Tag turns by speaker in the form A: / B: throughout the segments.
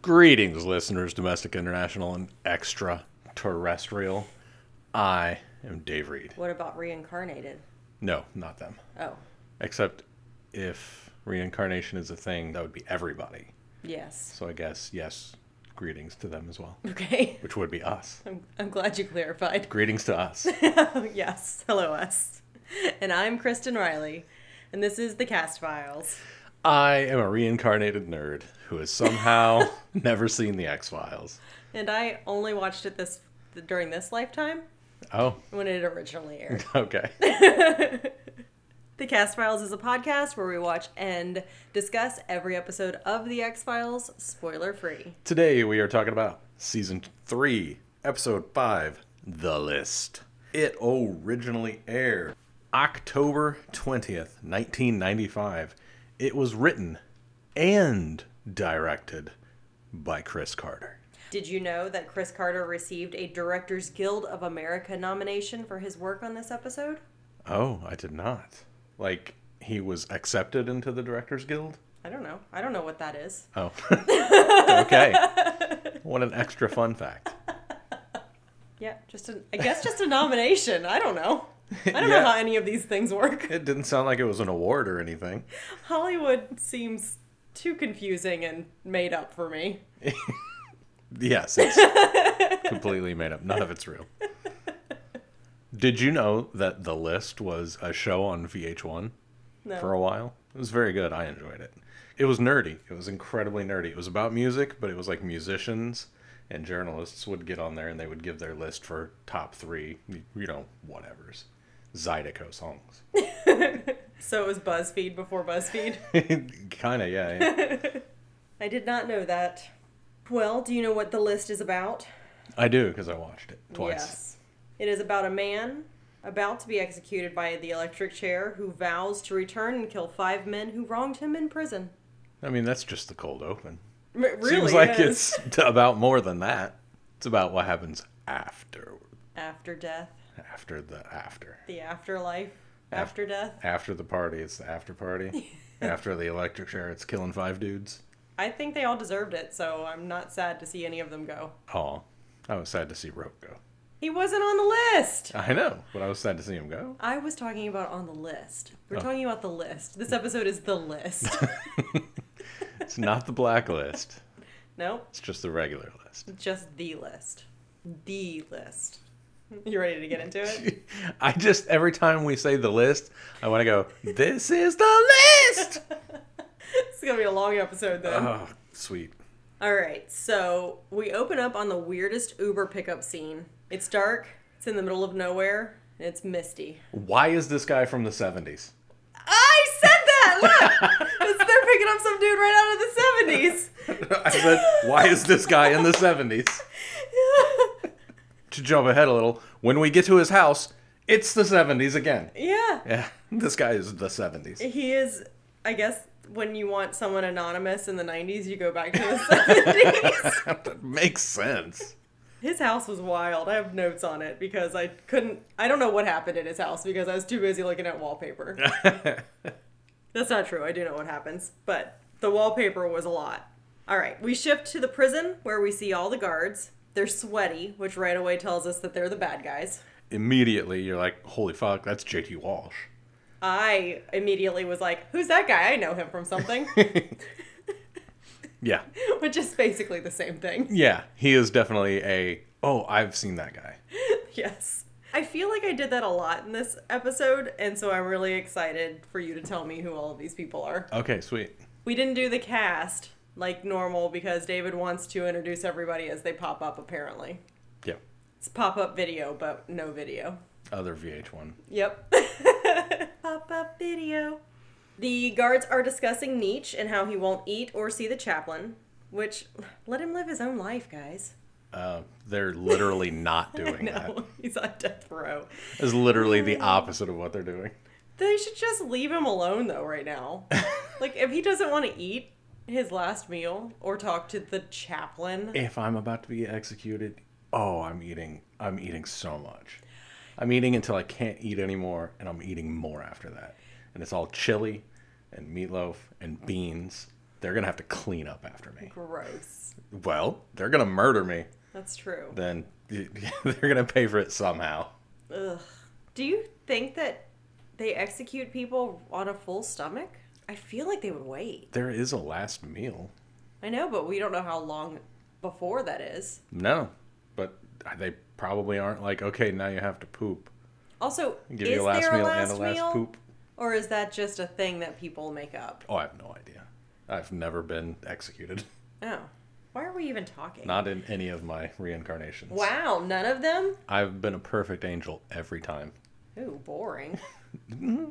A: Greetings, listeners, domestic, international, and extraterrestrial. I am Dave Reed.
B: What about reincarnated?
A: No, not them.
B: Oh,
A: Except if reincarnation is a thing, that would be everybody.
B: yes.
A: So I guess, yes, greetings to them as well,
B: Okay.
A: which would be us.
B: I'm, I'm glad you clarified. Oh,
A: Greetings to us.
B: yes. Hello, us. And I'm Kristen Riley, and this is the Cast Files.
A: I am a reincarnated nerd who has somehow never seen The X Files.
B: And I only watched it this during this lifetime
A: Oh,
B: when it originally aired.
A: okay.
B: The Cast Files is a podcast where we watch and discuss every episode of The X Files, spoiler free.
A: Today we are talking about season 3, episode 5, The List. It originally aired October 20th, 1995. It was written and directed by Chris Carter.
B: Did you know that Chris Carter received a Directors Guild of America nomination for his work on this episode?
A: Oh, I did not. Like he was accepted into the Directors Guild?
B: I don't know. I don't know what that is.
A: Oh. okay. What an extra fun fact.
B: Yeah, just a, I guess just a nomination. I don't know. I don't
A: Yeah.
B: know how any of these things work.
A: It didn't sound like it was an award or anything.
B: Hollywood seems too confusing and made up for me.
A: Yes, it's completely made up. None of it's real. Did you know that The List was a show on VH1
B: No.
A: for a while? It was very good. I enjoyed it. It was nerdy. It was incredibly nerdy. It was about music, but it was like musicians and journalists would get on there and they would give their list for top three, you know, whatevers, Zydeco songs.
B: so it was BuzzFeed before BuzzFeed.
A: kind of, yeah. yeah.
B: I did not know that. Well, do you know what the list is about?
A: I do because I watched it twice.
B: Yes. It is about a man about to be executed by the electric chair who vows to return and kill five men who wronged him in prison.
A: I mean, that's just the cold open.
B: M- it really
A: Seems like
B: is.
A: it's t- about more than that. It's about what happens after,
B: after death,
A: after the after,
B: the afterlife,
A: Af-
B: after death.
A: after the party. It's the after party. after the electric chair, it's killing five dudes.
B: I think they all deserved it, so I'm not sad to see any of them go.
A: Oh, I was sad to see Rope go.
B: He wasn't on the list.
A: I know, but I was sad to see him go.
B: I was talking about on the list. We're
A: Oh.
B: talking about the list. This episode is the list.
A: It's not the blacklist.
B: no,
A: It's just the regular list.
B: just the list. The list. You ready to get into it?
A: I just every time we say the list, I want to go. This is the list.
B: it's gonna be a long episode though.
A: Oh, sweet.
B: All right, so we open up on the weirdest Uber pickup scene. It's dark. It's in the middle of nowhere. And it's misty.
A: Why is this guy from the seventies?
B: I said that. Look, It's- they're picking up some dude right out of the seventies.
A: I said, why is this guy in the seventies? to jump ahead a little, when we get to his house, it's the 70s again.
B: yeah.
A: Yeah, this guy is the 70s.
B: He is, I guess, when you want someone anonymous in the 90s, you go back to the 70s.
A: that makes sense.
B: His house was wild. I have notes on it because I couldn't, I don't know what happened at his house because I was too busy looking at wallpaper. That's not true. I do know what happens, but the wallpaper was a lot. All right, we shift to the prison where we see all the guards. They're sweaty, which right away tells us that they're the bad guys.
A: Immediately, you're like, holy fuck, that's JT Walsh.
B: I immediately was like, who's that guy? I know him from something,
A: Yeah.
B: which is basically the same thing.
A: Yeah, he is definitely a, oh, I've seen that guy.
B: Yes. I feel like I did that a lot in this episode, and so I'm really excited for you to tell me who all of these people are.
A: Okay, sweet.
B: We didn't do the cast like normal because David wants to introduce everybody as they pop up, apparently.
A: Yeah.
B: It's pop up video, but no video.
A: Other VH1.
B: Yep. pop up video. The guards are discussing Nietzsche and how he won't eat or see the chaplain, which let him live his own life, guys.
A: Uh, they're literally not doing that.
B: No, he's on death row.
A: It's literally the opposite of what they're doing.
B: They should just leave him alone though right now. like if he doesn't want to eat his last meal or talk to the chaplain.
A: if I'm about to be executed, oh, I'm eating. I'm eating so much. I'm eating until I can't eat anymore, and I'm eating more after that. And it's all chili and meatloaf and beans They're going to have to clean up after me.
B: Gross.
A: Well, they're going to murder me.
B: That's true.
A: Then y- they're going to pay for it somehow.
B: Ugh. Do you think that they execute people on a full stomach? I feel like they would wait.
A: There is a last meal.
B: I know, but we don't know how long before that is.
A: No, but they probably aren't like, okay, now you have to poop.
B: Also,
A: Give
B: is
A: you a last
B: there
A: meal
B: a last
A: and a last
B: meal,
A: poop.
B: or is that just a thing that people make up?
A: Oh, I have no idea. I've never been executed.
B: Oh, why are we even talking?
A: Not in any of my reincarnations.
B: wow, none of them.
A: I've been a perfect angel every time.
B: Ooh, boring. Mm-hmm.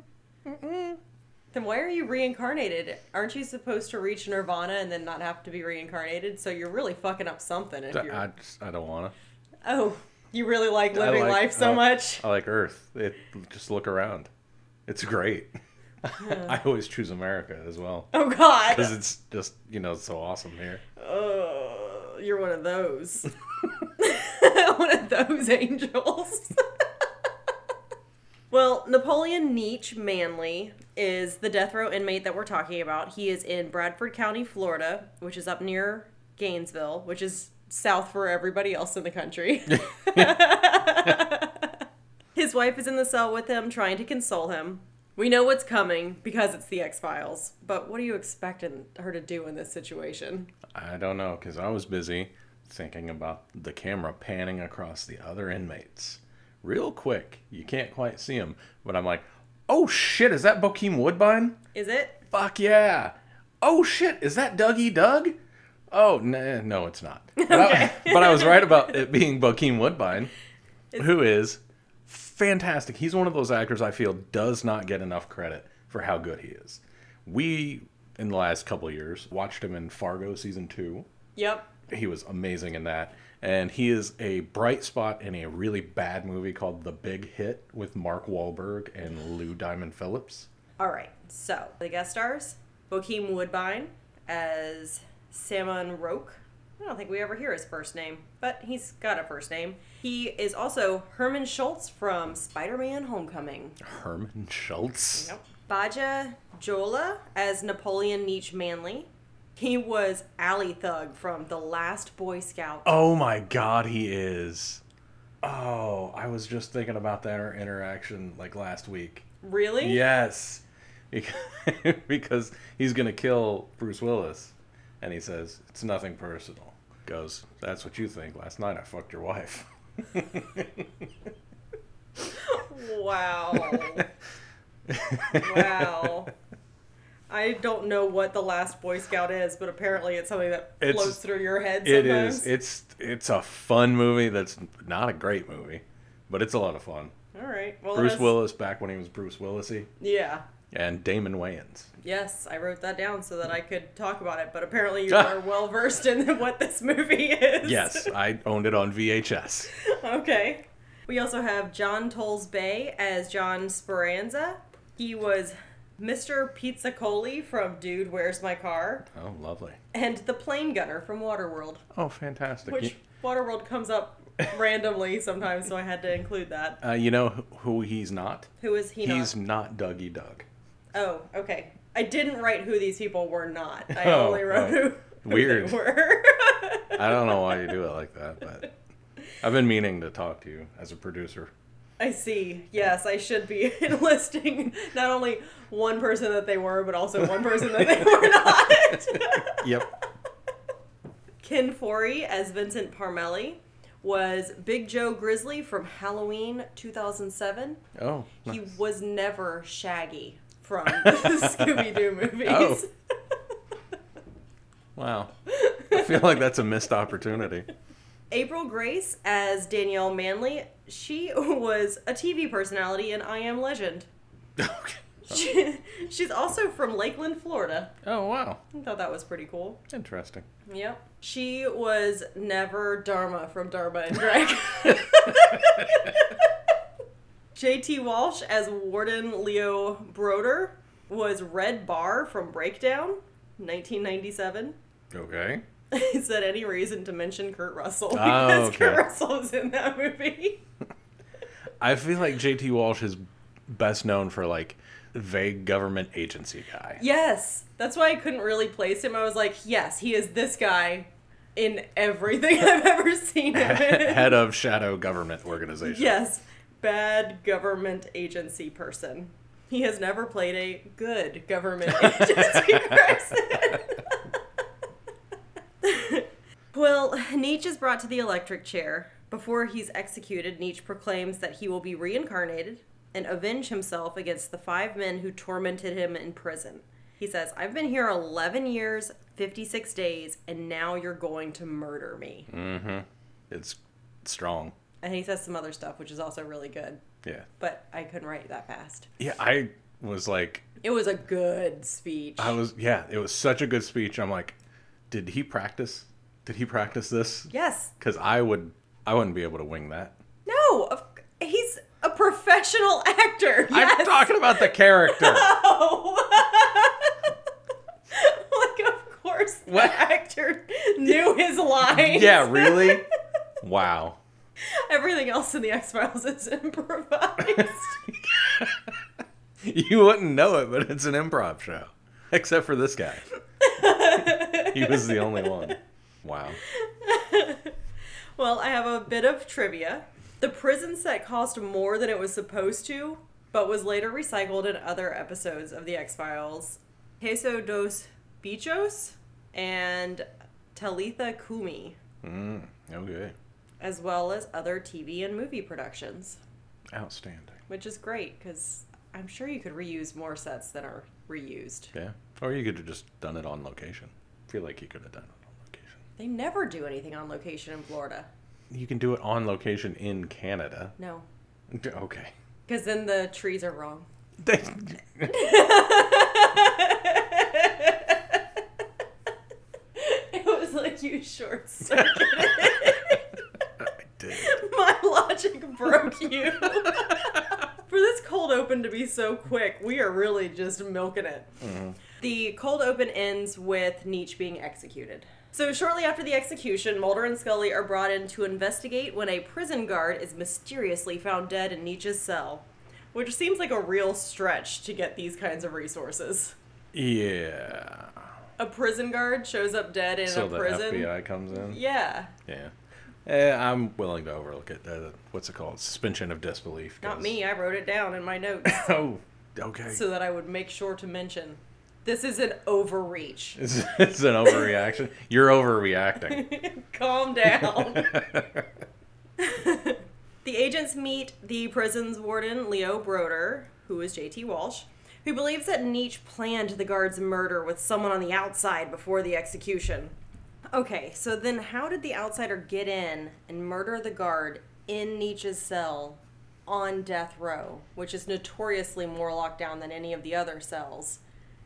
B: then why are you reincarnated? Aren't you supposed to reach nirvana and then not have to be reincarnated? So you're really fucking up something if you're.
A: I, just, I don't want to.
B: Oh, you really like living life
A: uh,
B: so much.
A: I like Earth. It, just look around. It's great. I always choose America as well.
B: Oh God.
A: Because it's just, you know, so awesome here.
B: Oh, you're one of those. one of those angels. well, Napoleon Nietzsche Manley is the death row inmate that we're talking about. He is in Bradford County, Florida, which is up near Gainesville, which is south for everybody else in the country. His wife is in the cell with him, trying to console him. We know what's coming because it's the X Files, but what are you expecting her to do in this situation?
A: I don't know, because I was busy thinking about the camera panning across the other inmates. Real quick. You can't quite see him. But I'm like, oh shit, is that Bokeem Woodbine?
B: Is it?
A: Fuck yeah. Oh shit, is that Dougie Doug? Oh, no, no it's not. But, I, but I was right about it being Bokeem Woodbine, who is fantastic. He's one of those actors I feel does not get enough credit for how good he is. We, in the last couple of years, watched him in Fargo season two.
B: Yep.
A: He was amazing in that. And he is a bright spot in a really bad movie called The Big Hit with Mark Wahlberg and Lou Diamond Phillips.
B: All right. So the guest stars: Bokeem Woodbine as Salmon Roke. I don't think we ever hear his first name, but he's got a first name. He is also Herman Schultz from Spider-Man: Homecoming.
A: Herman Schultz.
B: Yep. Baja Jola as Napoleon Nietzsche Manley. He was Alley Thug from The Last Boy Scout.
A: Oh my god, he is. Oh, I was just thinking about that interaction like last week.
B: Really?
A: Yes. Beca- Because he's going to kill Bruce Willis. And he says, It's nothing personal. Goes, That's what you think. Last night I fucked your wife.
B: Wow. wow. I don't know what the last Boy Scout is, but apparently it's something that
A: It's-
B: floats through your head
A: It
B: sometimes.
A: is. It's it's a fun movie that's not a great movie, but it's a lot of fun.
B: All right. Well,
A: Bruce
B: that's-
A: Willis back when he was Bruce Willisy
B: Yeah.
A: and Damon Wayans.
B: Yes, I wrote that down so that I could talk about it, but apparently you are well versed in what this movie is.
A: Yes, I owned it on VHS.
B: okay. We also have John Tolles Bay as John Speranza. He was Mr. Pizzacoli from Dude, Where's My Car?
A: Oh, lovely.
B: And the plane gunner from Waterworld.
A: Oh, fantastic.
B: Which Waterworld comes up randomly sometimes, so I had to include that.
A: Uh, you know wh- who he's not?
B: Who is he
A: he's not
B: not?
A: Dougie Doug.
B: Oh, okay. I didn't write who these people were not. I
A: Oh,
B: only wrote
A: oh.
B: who, who
A: Weird.
B: they were.
A: I don't know why you do it like that, but I've been meaning to talk to you as a producer.
B: I see. Yes, I should be enlisting not only one person that they were, but also one person that they were not.
A: Yep.
B: Ken Forey as Vincent Parmelli was Big Joe Grizzly from Halloween 2007.
A: Oh.
B: He
A: nice.
B: was never Shaggy from the Scooby Doo movies.
A: Oh. Wow. I feel like that's a missed opportunity.
B: April Grace as Danielle Manley. She was a TV personality in I Am Legend.
A: Okay.
B: She, she's also from Lakeland, Florida.
A: Oh, wow.
B: I thought that was pretty cool.
A: Interesting.
B: Yep. She was never Dharma from Dharma and Drag. JT Walsh as Warden Leo Broder was Red Bar from Breakdown, 1997.
A: Okay.
B: Is that any reason to mention Kurt Russell?
A: Ah,
B: Because
A: okay.
B: Kurt Russell was in that movie.
A: I feel like JT Walsh is best known for like vague government agency guy.
B: Yes, that's why I couldn't really place him. I was like, yes, he is this guy in everything I've ever seen him in.
A: Head of shadow government organization.
B: yes, bad government agency person. He has never played a good government agency person. well, Nietzsche is brought to the electric chair. Before he's executed, Nietzsche proclaims that he will be reincarnated and avenge himself against the five men who tormented him in prison. He says, I've been here 11 years, 56 days, and now you're going to murder me.
A: It's strong.
B: And he says some other stuff, which is also really good,
A: Yeah.
B: but I couldn't write that fast.
A: Yeah, I was like,
B: It was a good speech.
A: I was, yeah, it was such a good speech. I'm like, did he practice? Did he practice this?
B: yes.
A: Because I would, I wouldn't be able to wing that.
B: No. Of, he's a professional actor. Yes.
A: I'm talking about the character.
B: Oh. like, of course, the
A: What?
B: actor knew his lines.
A: yeah, really? Wow.
B: Everything else in the X Files is improvised.
A: You wouldn't know it, but it's an improv show. Except for this guy. he was the only one. Wow.
B: well, I have a bit of trivia. The prison set cost more than it was supposed to, but was later recycled in other episodes of The X Files. Queso dos Bichos and Talitha Kumi,
A: Okay.
B: as well as other TV and movie productions,
A: Outstanding.
B: which is great because I'm sure you could reuse more sets than are reused.
A: Yeah. Or you could have just done it on location. I feel like you could have done it on location.
B: They never do anything on location in Florida.
A: You can do it on location in Canada.
B: No,
A: Okay.
B: because then the trees are wrong. It was like you short circuited.
A: I did.
B: My logic broke you. For this cold open to be so quick, we are really just milking it.
A: Mm-hmm.
B: The cold open ends with Nietzsche being executed. So, shortly after the execution, Mulder and Scully are brought in to investigate when a prison guard is mysteriously found dead in Nietzsche's cell, which seems like a real stretch to get these kinds of resources.
A: Yeah.
B: A prison guard shows up dead in
A: so
B: a
A: the
B: prison.
A: FBI comes in.
B: Yeah,
A: Yeah. Eh, I'm willing to overlook it. Uh, what's it called? Suspension of disbelief.
B: not
A: 'cause-
B: me. I wrote it down in my notes.
A: Oh, okay.
B: so that I would make sure to mention this is an overreach.
A: It's, it's an overreaction. You're overreacting.
B: Calm down. the agents meet the prison's warden, Leo Broder, who is JT Walsh, who believes that Nietzsche planned the guard's murder with someone on the outside before the execution. Okay, so then how did the outsider get in and murder the guard in Nietzsche's cell on death row, which is notoriously more locked down than any of the other cells?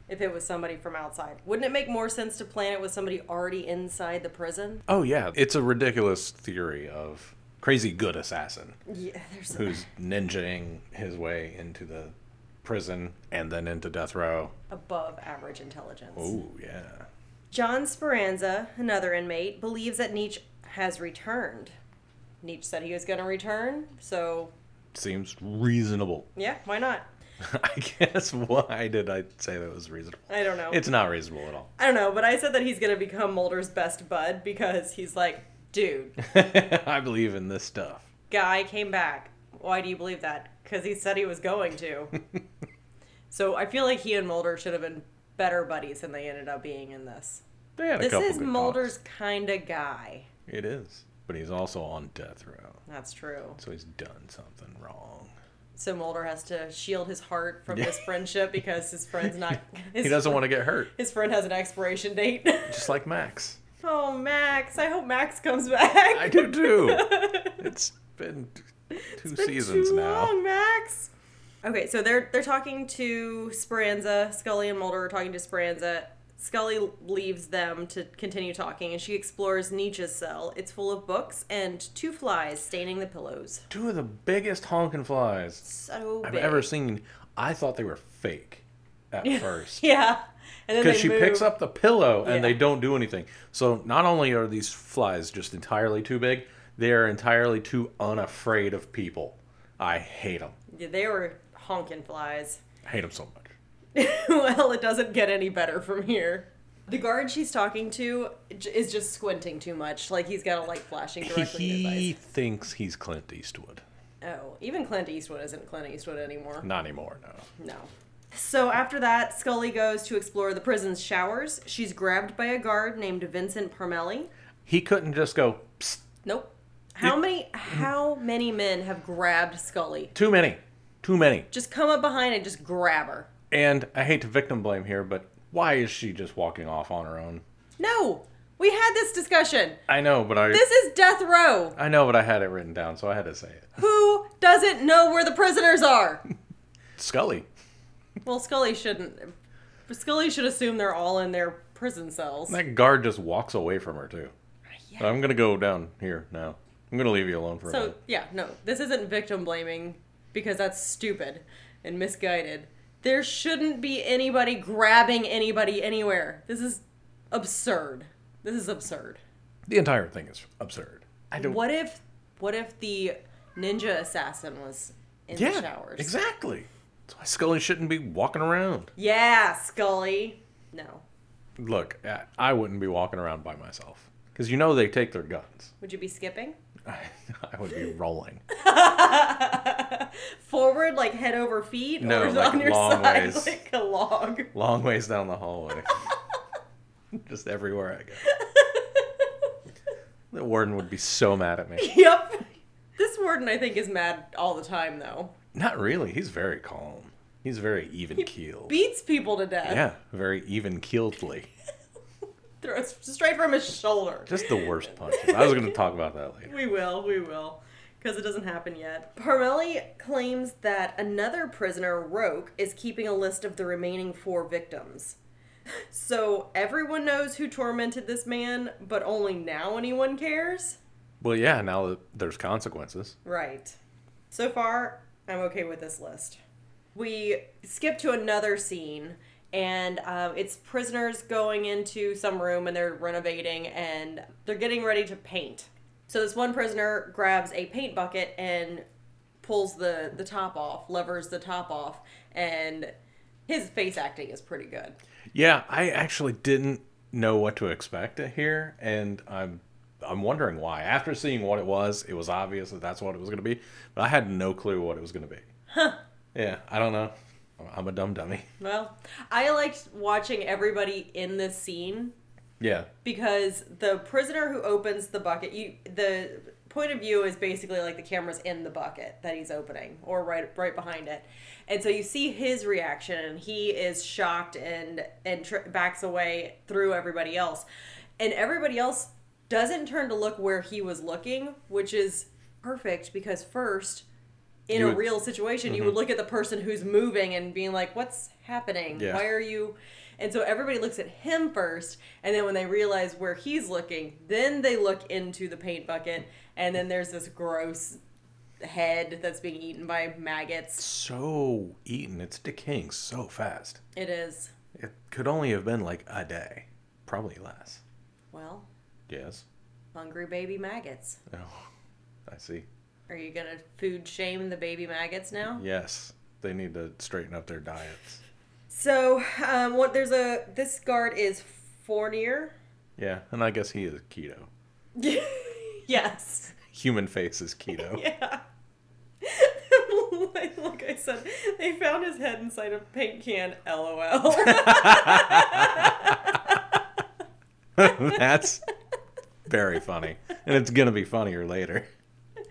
B: If it was somebody from outside, wouldn't it make more sense to plan it with somebody already inside the prison?
A: Oh yeah, it's a ridiculous theory of crazy good assassin
B: Yeah, there's
A: who's ninjaing his way into the prison and then into death row.
B: above average intelligence.
A: Oh yeah.
B: John Speranza, another inmate, believes that Nietzsche has returned. Nietzsche said he was going to return, so
A: Seems reasonable.
B: yeah, why not?
A: I guess why did I say that was reasonable?
B: I don't know.
A: It's not reasonable at all.
B: I don't know, but I said that he's going to become Mulder's best bud because he's like, dude,
A: I believe in this stuff.
B: guy came back. Why do you believe that? Because he said he was going to. so I feel like he and Mulder should have been better buddies than they ended up being in this.
A: They had a
B: This
A: couple
B: is
A: good
B: Mulder's
A: talks.
B: kind of guy.
A: It is, but he's also on death row,
B: That's true.
A: so he's done something wrong.
B: So Mulder has to shield his heart from this friendship because his friend's not. His,
A: He doesn't want to get hurt,
B: His friend has an expiration date.
A: just like Max.
B: oh, Max! I hope Max comes
A: I
B: back.
A: do too. It's been t- two
B: It's been
A: seasons
B: too
A: now.
B: long, Max. Okay, so they're they're talking to Speranza. Scully and Mulder are talking to Speranza. Scully leaves them to continue talking, and she explores Nietzsche's cell. It's full of books and two flies staining the pillows.
A: Two of the biggest honking flies
B: So
A: I've
B: big.
A: ever seen. I thought they were fake at first.
B: Yeah, and then
A: Because
B: they
A: she
B: move.
A: picks up the pillow and
B: Yeah.
A: they don't do anything. So not only are these flies just entirely too big, they are entirely too unafraid of people. I hate them.
B: Yeah, they were honking flies.
A: I hate him so much.
B: well, it doesn't get any better from here. The guard she's talking to j- is just squinting too much. Like he's got a light flashing directly in
A: He
B: his
A: thinks he's Clint Eastwood.
B: eyes. Oh, even Clint Eastwood isn't Clint Eastwood anymore.
A: Not anymore, no.
B: No. So after that, Scully goes to explore the prison's showers. She's grabbed by a guard named Vincent Parmelli.
A: He couldn't just go, Psst,
B: Nope. How many how many men have grabbed Scully?
A: too many, too many.
B: Just come up behind and just grab her.
A: And I hate to victim blame here, but why is she just walking off on her own?
B: No. We had this discussion.
A: I know, but I
B: This is death row.
A: I know, but I had it written down, so I had to say it.
B: Who doesn't know where the prisoners are?
A: Scully.
B: Well, Scully shouldn't. Scully should assume they're all in their prison cells.
A: That guard just walks away from her too.
B: Yeah.
A: I'm gonna go down here now. I'm gonna leave you alone for a
B: so,
A: minute.
B: yeah, no, this isn't victim blaming because that's stupid and misguided. There shouldn't be anybody grabbing anybody anywhere. This is absurd. This is absurd.
A: The entire thing is absurd. I don't.
B: What if what if the ninja assassin was in
A: yeah,
B: the showers?
A: exactly. That's why Scully shouldn't be walking around.
B: Yeah, Scully. No.
A: Look, I- I wouldn't be walking around by myself because you know they take their guns.
B: Would you be skipping?
A: I, would be rolling.
B: Forward, like head over feet,
A: No,
B: or
A: like,
B: on your
A: long
B: side
A: ways.
B: like a log.
A: long ways down the hallway. Just everywhere I go. The warden would be so mad at me.
B: Yep. This warden, I think, is mad all the time, though.
A: Not really. He's very calm. He's very even keeled.
B: Beats people to death.
A: Yeah, very even keeledly.
B: Throws straight from his shoulder.
A: Just the worst punches. I was going to talk about that later.
B: We will, we will. Because it doesn't happen yet. Parmelli claims that another prisoner, Roke, is keeping a list of the remaining four victims. So everyone knows who tormented this man, but only now anyone cares?
A: Well, yeah, now that there's consequences.
B: Right. So far, I'm okay with this list. We skip to another scene, and um, it's prisoners going into some room and they're renovating and they're getting ready to paint. So this one prisoner grabs a paint bucket and pulls the, the top off, levers the top off, and his face acting is pretty good.
A: Yeah, I actually didn't know what to expect here, and I'm I'm wondering why. After seeing what it was, it was obvious that that's what it was going to be, but I had no clue what it was going to be. Huh. Yeah, I don't know. I'm a dumb dummy.
B: Well, I liked watching everybody in this scene
A: Yeah.
B: because the prisoner who opens the bucket you the point of view is basically like the camera's in the bucket that he's opening or right right behind it and so you see his reaction and he is shocked and and tr- backs away through everybody else and everybody else doesn't turn to look where he was looking which is perfect because first in
A: You
B: a
A: would- Mm-hmm.
B: real situation you would look at the person who's moving and being like what's happening
A: Yeah.
B: why are you and so everybody looks at him first and then when they realize where he's looking then they look into the paint bucket and then there's this gross head that's being eaten by maggots
A: So eaten. It's decaying so fast.
B: it is
A: It could only have been like a day, probably less.
B: well
A: Yes.
B: hungry baby maggots
A: Oh, I see.
B: are you gonna food shame the baby maggots now
A: Yes, they need to straighten up their diets.
B: so um, what there's a this guard is fournier
A: Yeah, and I guess he is keto.
B: yes
A: Human face is keto.
B: Yeah. like, like I said, they found his head inside a paint can. LOL.
A: That's very funny. And it's going to be funnier later.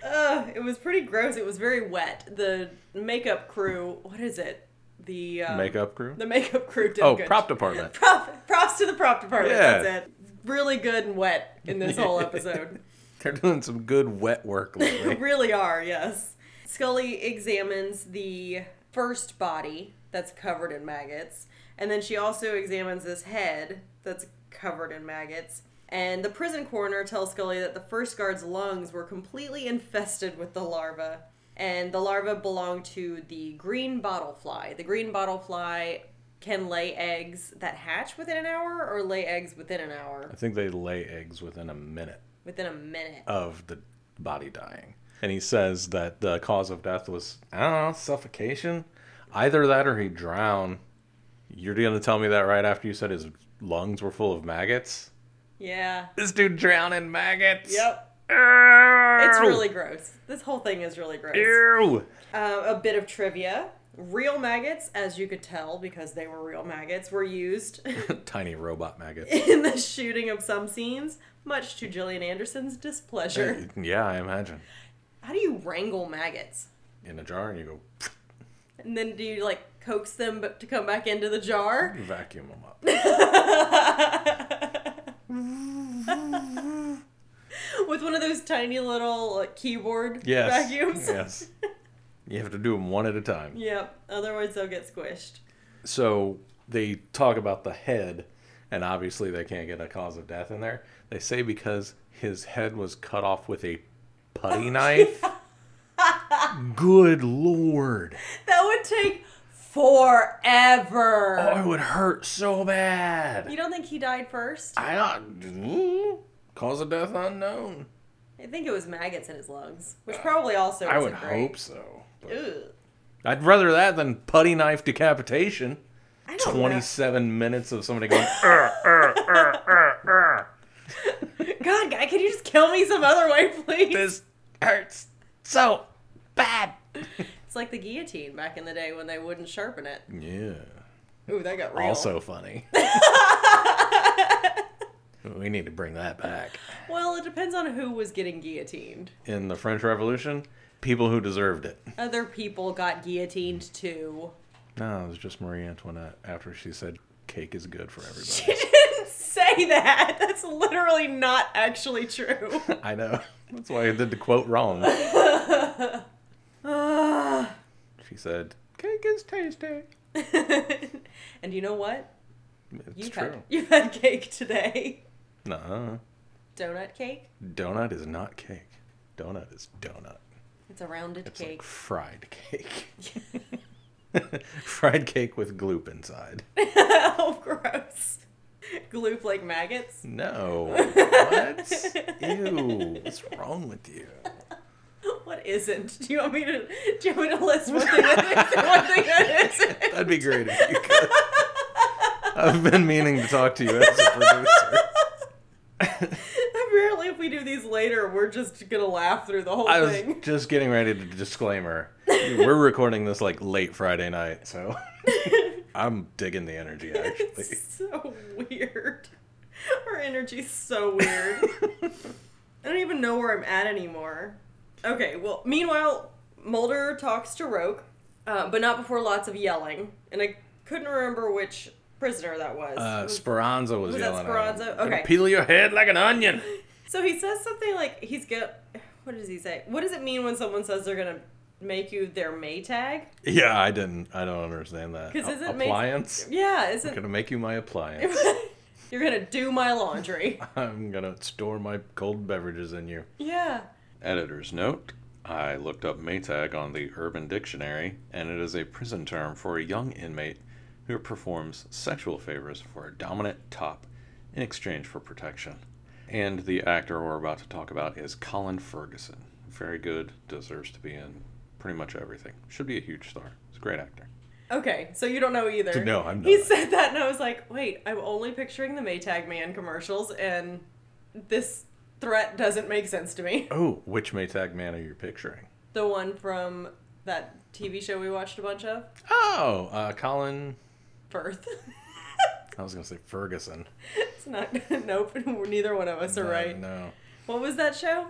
B: Ugh, it was pretty gross. It was very wet. The makeup crew. What is it? The um,
A: Makeup crew?
B: The makeup crew did
A: Oh,
B: good.
A: prop department.
B: Prop, props to the prop department.
A: Yeah.
B: That's it. Really good and wet in this whole episode.
A: They're doing some good wet work
B: They
A: lately.
B: really are, yes. Scully examines the first body that's covered in maggots, and then she also examines this head that's covered in maggots. And the prison coroner tells Scully that the first guard's lungs were completely infested with the larva, and the larva belonged to the green bottle fly. The green bottle fly can lay eggs that hatch within an hour or lay eggs within an hour,
A: I think they lay eggs within a minute
B: within a minute.
A: of the body dying. And he says that the cause of death was, I don't know, suffocation? Either that or he drowned. You're going to tell me that right after you said his lungs were full of maggots?
B: Yeah.
A: This dude drowned in maggots.
B: Yep.
A: Ew.
B: It's really gross. This whole thing is really gross.
A: Ew.
B: Um, a bit of trivia. Real maggots, as you could tell because they were real maggots, were used
A: Tiny robot maggots.
B: in the shooting of some scenes, much to Gillian Anderson's displeasure.
A: Yeah, I imagine.
B: How do you wrangle maggots?
A: In a jar and you go
B: And then do you like coax them b- to come back into the jar?
A: vacuum them up.
B: With one of those tiny little like, keyboard
A: Yes.
B: vacuums?
A: Yes. You have to do them one at a time.
B: Yep, otherwise they'll get squished.
A: so they talk about the head and obviously they can't get a cause of death in there they say because his head was cut off with a putty knife good lord
B: That would take forever.
A: oh it would hurt so bad
B: You don't think he died first?
A: i don't mm, cause of death unknown
B: I think it was maggots in his lungs, which probably
A: Uh,
B: also.
A: i
B: isn't
A: would
B: great.
A: hope so but
B: Ugh.
A: i'd rather that than putty knife decapitation
B: I don't know.
A: 27 minutes of somebody going "Ur, ur, ur, ur, ur."
B: God, guy, could you just kill me some other way, please?
A: this hurts so bad.
B: It's like the guillotine back in the day when they wouldn't sharpen it.
A: Yeah.
B: Ooh, that got real.
A: Mm. Also funny. we need to bring that back.
B: well, it depends on who was getting guillotined.
A: In the French Revolution, people who deserved it.
B: Other people got guillotined too.
A: No, it was just Marie Antoinette after she said cake is good for everybody.
B: She didn't say that. That's literally not actually true.
A: I know. That's why I did the quote wrong.
B: Ugh.
A: She said, Cake is tasty.
B: and you know what?
A: It's
B: You've
A: true.
B: had you've had cake today.
A: Nuh-uh.
B: Donut cake.
A: Donut is not cake. Donut is donut.
B: It's a rounded
A: It's
B: cake.
A: like fried cake. fried cake with gloop inside.
B: oh, gross. Gloop like maggots.
A: No. What? Ew. What's wrong with you?
B: What isn't? Do you want me to? Do you want me to list one thing that is and one thing that isn't?
A: That'd be great if you could. I've been meaning to talk to you as a producer.
B: Apparently, if we do these later, we're just gonna laugh through the whole
A: I was
B: thing.
A: just getting ready to disclaimer. We're recording this like late Friday night, so I'm digging the energy actually.
B: It's so weird. Our energy's so weird. I don't even know where I'm at anymore. Okay, well, meanwhile, Mulder talks to Roke, uh, but not before lots of yelling. And I couldn't remember which prisoner that was.
A: Uh, Speranza was,
B: Was that
A: yelling at him.
B: Speranza?
A: "Gonna
B: Okay.
A: Peel your head like an onion.
B: so he says something like, he's go. What does he say? What does it mean when someone says they're gonna make you their Maytag?
A: Yeah, I didn't. I don't understand that.
B: 'Cause
A: A-
B: isn't Mace-
A: appliance?
B: Yeah,
A: Gonna
B: isn't.
A: make you my appliance.
B: You're gonna do my laundry.
A: I'm gonna store my cold beverages in you.
B: Yeah.
A: Editor's note I looked up Maytag on the Urban Dictionary, and it is a prison term for a young inmate who performs sexual favors for a dominant top in exchange for protection. And the actor we're about to talk about is Colin Ferguson. Very good, deserves to be in pretty much everything. Should be a huge star. He's a great actor.
B: Okay, so you don't know either.
A: No, I'm
B: He
A: not.
B: said that, and I was like, wait, I'm only picturing the Maytag Man commercials, and this threat doesn't make sense to me.
A: Oh, which Maytag man are you picturing?
B: The one from that TV show we watched a bunch of,
A: Oh, uh, Colin.
B: Firth.
A: I was gonna say Ferguson. Uh,
B: it's not, nope, neither one of us are right.
A: No.
B: What was that show?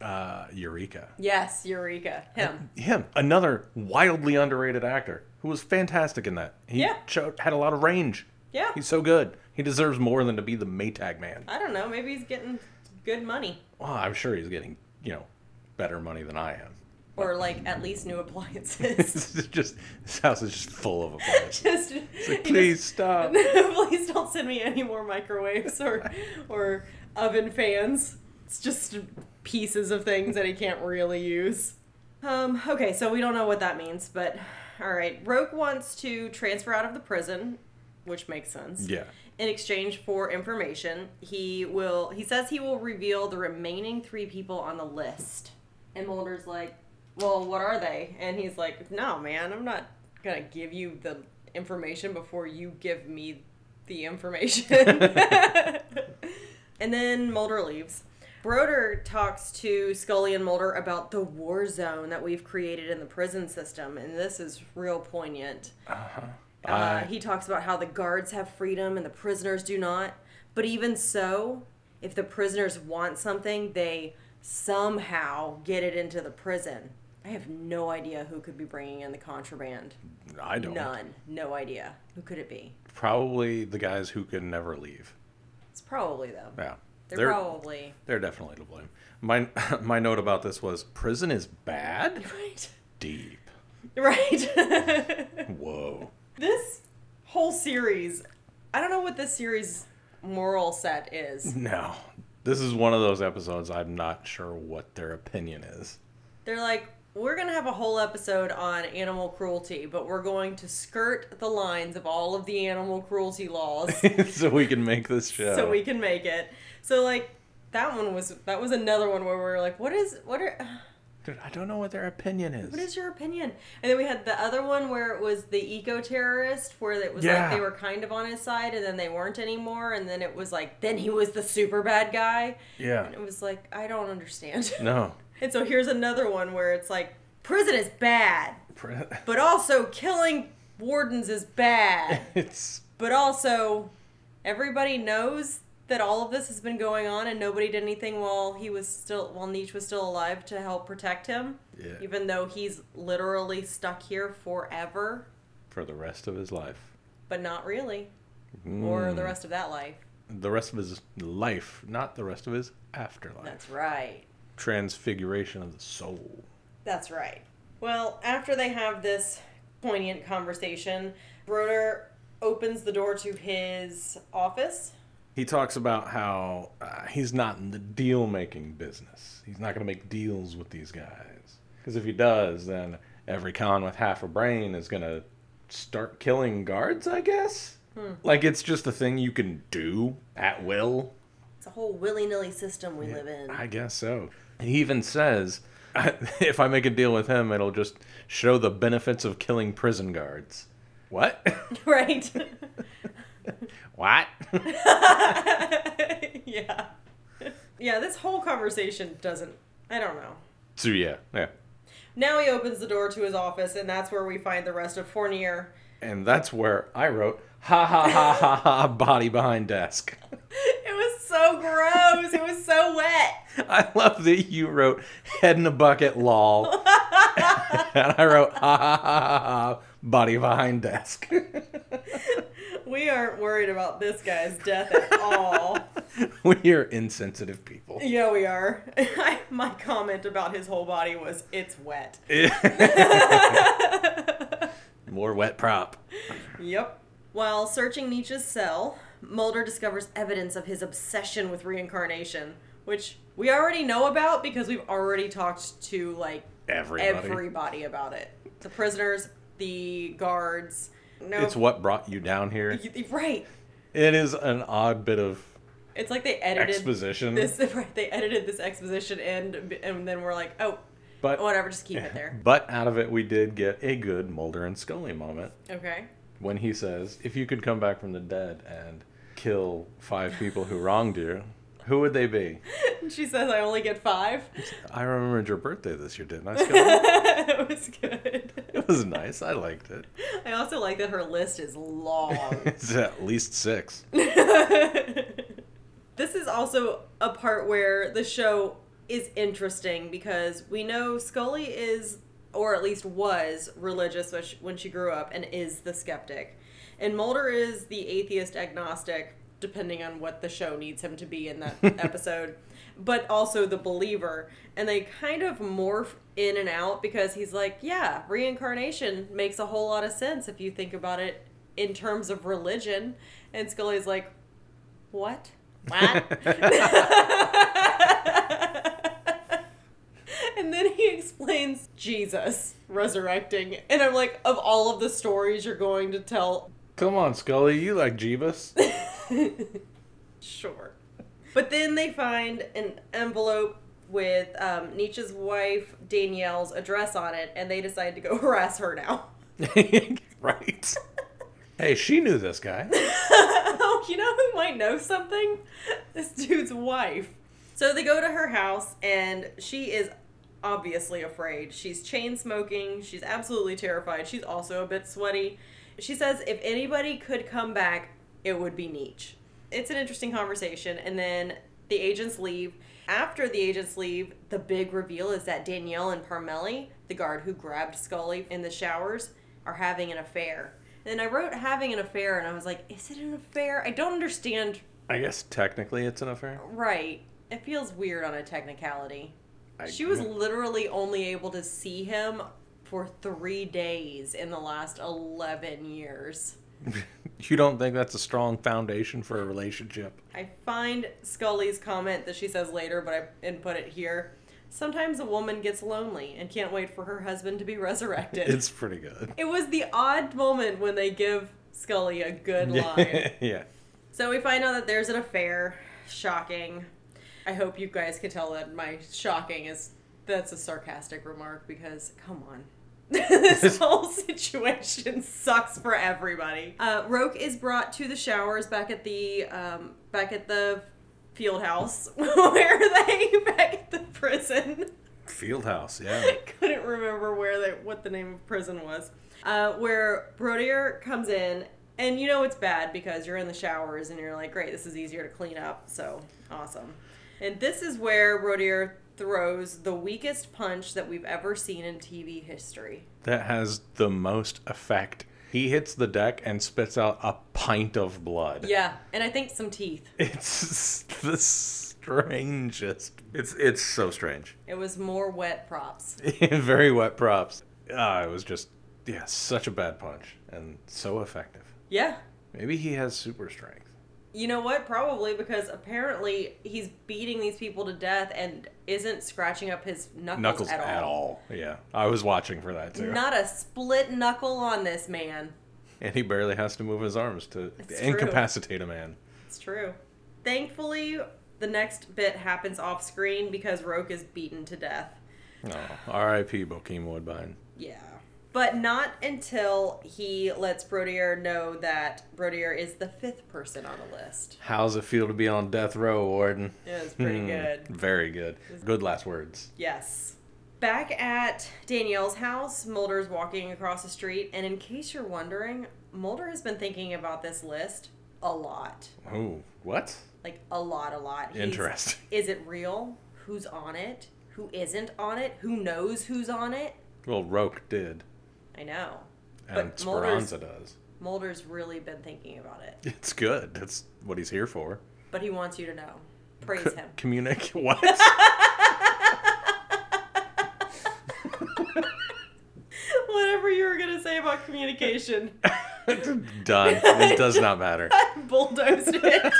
A: Uh, Eureka.
B: Yes, Eureka. Him.
A: him, another wildly underrated actor who was fantastic in that. He
B: Yeah.
A: showed, had a lot of range.
B: Yeah.
A: He's so good. He deserves more than to be the Maytag man.
B: I don't know, maybe he's getting good money.
A: Well, I'm sure he's getting, you know, better money than I am.
B: Or, like, at least new appliances.
A: This is just this house is just full of applause.
B: Just, he just-
A: Please stop.
B: Please don't send me any more microwaves or or oven fans. It's just pieces of things that he can't really use. Um, okay, so we don't know what that means, but all right. Rogue wants to transfer out of the prison, which makes sense.
A: Yeah.
B: In exchange for information, he will he says he will reveal the remaining 3 people on the list. And Mulder's like, "Well, what are they?" And he's like, "No, man, I'm not gonna give you the information before you give me the information. and then Mulder leaves. Broder talks to Scully and Mulder about the war zone that we've created in the prison system, and this is real poignant. Uh,
A: Uh-huh. I-
B: he talks about how the guards have freedom and the prisoners do not. But even so, if the prisoners want something, they somehow get it into the prison. I have no idea who could be bringing in the contraband.
A: I don't.
B: None. No idea. Who could it be?
A: Probably the guys who can never leave.
B: It's probably them.
A: Yeah.
B: They're,
A: They're
B: probably
A: they're definitely to blame. My my note about this was prison is bad.
B: right.
A: Deep.
B: Right.
A: Whoa.
B: this whole series, I don't know what this series moral set is.
A: No. This is one of those episodes I'm not sure what their opinion is.
B: They're like, we're going to have a whole episode on animal cruelty, but we're going to skirt the lines of all of the animal cruelty laws
A: so we can make this show.
B: so we can make it. So like that one was that was another one where we were like, what is what are
A: Dude, I don't know what their opinion is.
B: What is your opinion? And then we had the other one where it was the eco terrorist, where it was
A: Yeah.
B: like they were kind of on his side and then they weren't anymore. And then it was like, then he was the super bad guy.
A: yeah.
B: And it was like, I don't understand.
A: No.
B: and so here's another one where it's like, prison is bad,
A: Pri-
B: but also killing wardens is bad,
A: it's
B: but also everybody knows. That all of this has been going on and nobody did anything while he was still while Nietzsche was still alive to help protect him
A: yeah,
B: even though he's literally stuck here forever,
A: for the rest of his life.
B: but not really,
A: Mm.
B: or the rest of that life.
A: the rest of his life, not the rest of his afterlife.
B: That's right.
A: Transfiguration of the soul.
B: That's right. Well, after they have this poignant conversation, Broder opens the door to his office.
A: He talks about how uh, he's not in the deal making business. He's not going to make deals with these guys. Because if he does, then every con with half a brain is going to start killing guards, I guess? Like it's just a thing you can do at will.
B: It's a whole willy nilly system we live in.
A: I guess so. He even says, I, if I make a deal with him, it'll just show the benefits of killing prison guards. What?
B: right?
A: what?
B: yeah. Yeah, this whole conversation doesn't. I don't know.
A: so yeah, yeah.
B: Now he opens the door to his office, and that's where we find the rest of Fournier
A: And that's where I wrote, ha ha ha ha ha, body behind desk.
B: It was so gross. It was so wet.
A: I love that you wrote head in a bucket, lol. and I wrote, ha ha ha ha ha, body behind desk.
B: We aren't worried about this guy's death at all.
A: we are insensitive people.
B: yeah, we are. I, my comment about his whole body was, "It's wet."
A: More wet prop.
B: Yep. While searching Nietzsche's cell, Mulder discovers evidence of his obsession with reincarnation, which we already know about because we've already talked to like
A: Everybody.
B: everybody about it. The prisoners, the guards. No,
A: It's what brought you down here.
B: you- right.
A: It is an odd bit of
B: It's like they edited
A: exposition,
B: this right, they edited this exposition and and then we're like oh
A: but
B: whatever just keep it there
A: but out of it we did get a good Mulder and Scully moment
B: okay
A: when he says, "If you could come back from the dead and kill five people who wronged you, who would they be?"
B: she says i only get five
A: I remembered your birthday this year, didn't I? Scully?
B: it was good
A: it was nice. I liked it.
B: i also like that her list is long
A: It's at least six.
B: this is also a part where the show is interesting because we know scully is or at least was religious when she- when she grew up and is the skeptic and mulder is the atheist agnostic depending on what the show needs him to be in that episode but also the believer and they kind of morph in and out because he's like yeah reincarnation makes a whole lot of sense if you think about it in terms of religion and scully's like what? and then he explains Jesus resurrecting. And I'm like, of all of the stories you're going to tell,
A: Come on, Scully. You like Jeebus?
B: sure. But then they find an envelope with um, Nietzsche's wife, Danielle's address on it, and they decide to go harass her now.
A: right. hey, she knew this guy.
B: Oh, you know who might know something? This dude's wife. So they go to her house, and she is obviously afraid. She's chain smoking. She's absolutely terrified. She's also a bit sweaty. She says if anybody could come back, it would be Nietzsche. It's an interesting conversation, and then the agents leave. After the agents leave, the big reveal is that Danielle and Parmelli, the guard who grabbed Scully in the showers, are having an affair. And I wrote having an affair, and I was like, is it an affair? I don't understand
A: I guess technically it's an affair.
B: Right. It feels weird on a technicality.
A: I-
B: she was literally only able to see him for three days in the last 11 years.
A: You don't think that's a strong foundation for a relationship?
B: I find Scully's comment that she says later, but I input it here. Sometimes a woman gets lonely and can't wait for her husband to be resurrected.
A: It's pretty good.
B: it was the odd moment when they give Scully a good line.
A: yeah.
B: So we find out that there's an affair. Shocking. I hope you guys can tell that my shocking is that's a sarcastic remark because come on. this whole situation sucks for everybody. Uh, Roke is brought to the showers back at the um, back at the field house where they back at the prison.
A: Fieldhouse, yeah.
B: couldn't remember where that what the name of prison was. Uh, where Brodier comes in, and you know it's bad because you're in the showers and you're like, great, this is easier to clean up, so awesome. And this is where Brodier throws the weakest punch that we've ever seen in TV history.
A: That has the most effect. He hits the deck and spits out a pint of blood.
B: Yeah, and I think some teeth.
A: It's the strangest. It's it's so strange.
B: It was more wet props.
A: Very wet props. Ah, it was just yeah, such a bad punch and so effective.
B: Yeah.
A: Maybe he has super strength.
B: You know what? Probably because apparently he's beating these people to death and isn't scratching up his knuckles,
A: Knuckles at all. Yeah. I was watching for that too.
B: Not a split knuckle on this man.
A: and he barely has to move his arms to
B: It's true.
A: incapacitate a man.
B: It's true. Thankfully, the next bit happens off screen because Roke is beaten to death.
A: No. R.I.P. Bokeem Woodbine.
B: Yeah. But not until he lets Brodier know that Brodier is the fifth person on the list.
A: How's it feel to be on death row, Warden?
B: It was pretty
A: Hmm,
B: good.
A: Very good. Good last words.
B: Yes. Back at Danielle's house, Mulder's walking across the street, and in case you're wondering, Mulder has been thinking about this list a lot.
A: Oh, what?
B: Like, a lot, a lot. He's-
A: Interesting.
B: Is it real? Who's on it? Who isn't on it? Who knows who's on it?
A: Well, Roke did,
B: I know.
A: and
B: But Mulder's-
A: Speranza does.
B: Mulder's really been thinking about it,
A: It's good. That's what he's here for.
B: but he wants you to know. Praise him.
A: Communicate what?
B: Whatever you were going to say about communication,
A: Done. It does not matter.
B: bulldozed it.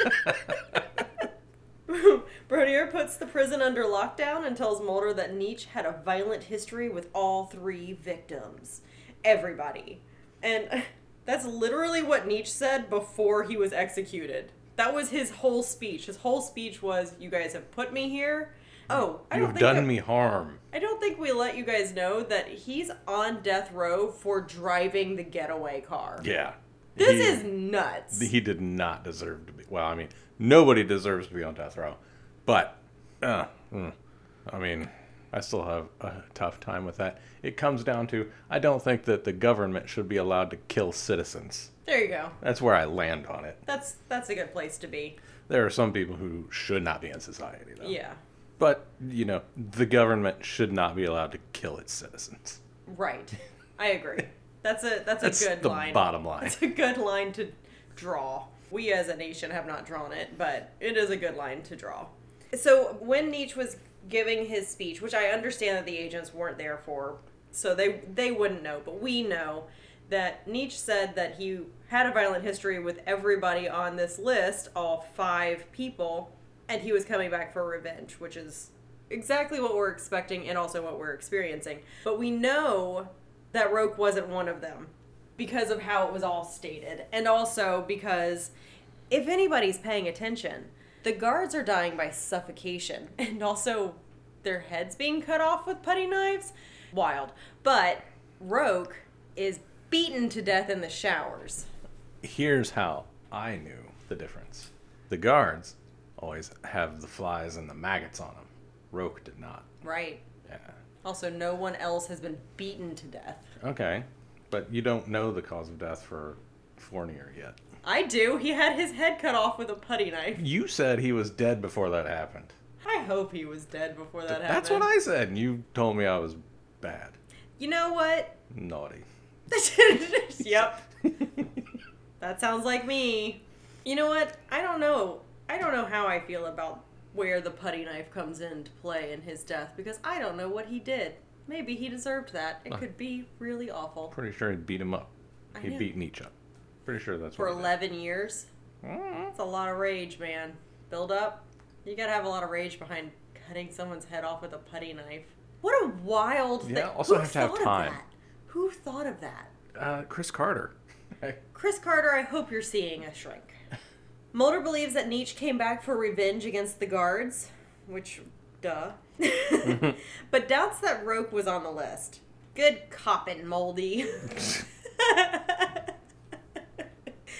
B: Brodier puts the prison under lockdown and tells Mulder that Nietzsche had a violent history with all three victims. Everybody. And that's literally what Nietzsche said before he was executed. That was his whole speech. His whole speech was, You guys have put me here. Oh, I don't
A: You've
B: think
A: done
B: I-
A: me harm.
B: I don't think we let you guys know that he's on death row for driving the getaway car.
A: Yeah.
B: This
A: He-
B: is nuts.
A: he did not deserve to be. Well, I mean, nobody deserves to be on death row, but uh, mm, I mean, I still have a tough time with that. It comes down to I don't think that the government should be allowed to kill citizens.
B: there you go.
A: That's where I land on it.
B: That's that's a good place to be.
A: There are some people who should not be in society, though.
B: Yeah.
A: But you know, the government should not be allowed to kill its citizens.
B: Right. I agree. That's a that's a
A: That's
B: good
A: the
B: line.
A: bottom line.
B: It's a good line to draw. We as a nation have not drawn it, but it is a good line to draw. So when Nietzsche was giving his speech, which I understand that the agents weren't there for, so they they wouldn't know, but we know that Nietzsche said that he had a violent history with everybody on this list, all five people, and he was coming back for revenge, which is exactly what we're expecting and also what we're experiencing. But we know that Roke wasn't one of them because of how it was all stated, and also because if anybody's paying attention, the guards are dying by suffocation and also their heads being cut off with putty knives. Wild. But Roke is beaten to death in the showers.
A: Here's how I knew the difference. The guards always have the flies and the maggots on them. Roke did not.
B: Right.
A: Yeah.
B: Also, no one else has been beaten to death.
A: Okay. But you don't know the cause of death for Fournier yet.
B: I do. He had his head cut off with a putty knife.
A: You said he was dead before that happened.
B: I hope he was dead before that happened.
A: That's what I said, and you told me I was bad.
B: You know what?
A: Naughty.
B: yep. That sounds like me. You know what? I don't know. I don't know how I feel about where the putty knife comes into play in his death because I don't know what he did. Maybe he deserved that. It
A: Huh.
B: could be really awful.
A: Pretty sure he beat him up.
B: I
A: He
B: know.
A: beat Nietzsche up. Pretty sure that's
B: For
A: what he did.
B: 11 years,
A: Mm.
B: that's a lot of rage, man. Build up. You gotta have a lot of rage behind cutting someone's head off with a putty knife. What a wild thing.
A: Yeah, also
B: Who
A: have to have
B: thought of
A: time.
B: that? Who thought of that?
A: Uh, Chris Carter.
B: Chris Carter, I hope you're seeing a shrink. Mulder believes that Nietzsche came back for revenge against the guards, which, duh. but doubts that Roke was on the list. Good coppin', Moldy.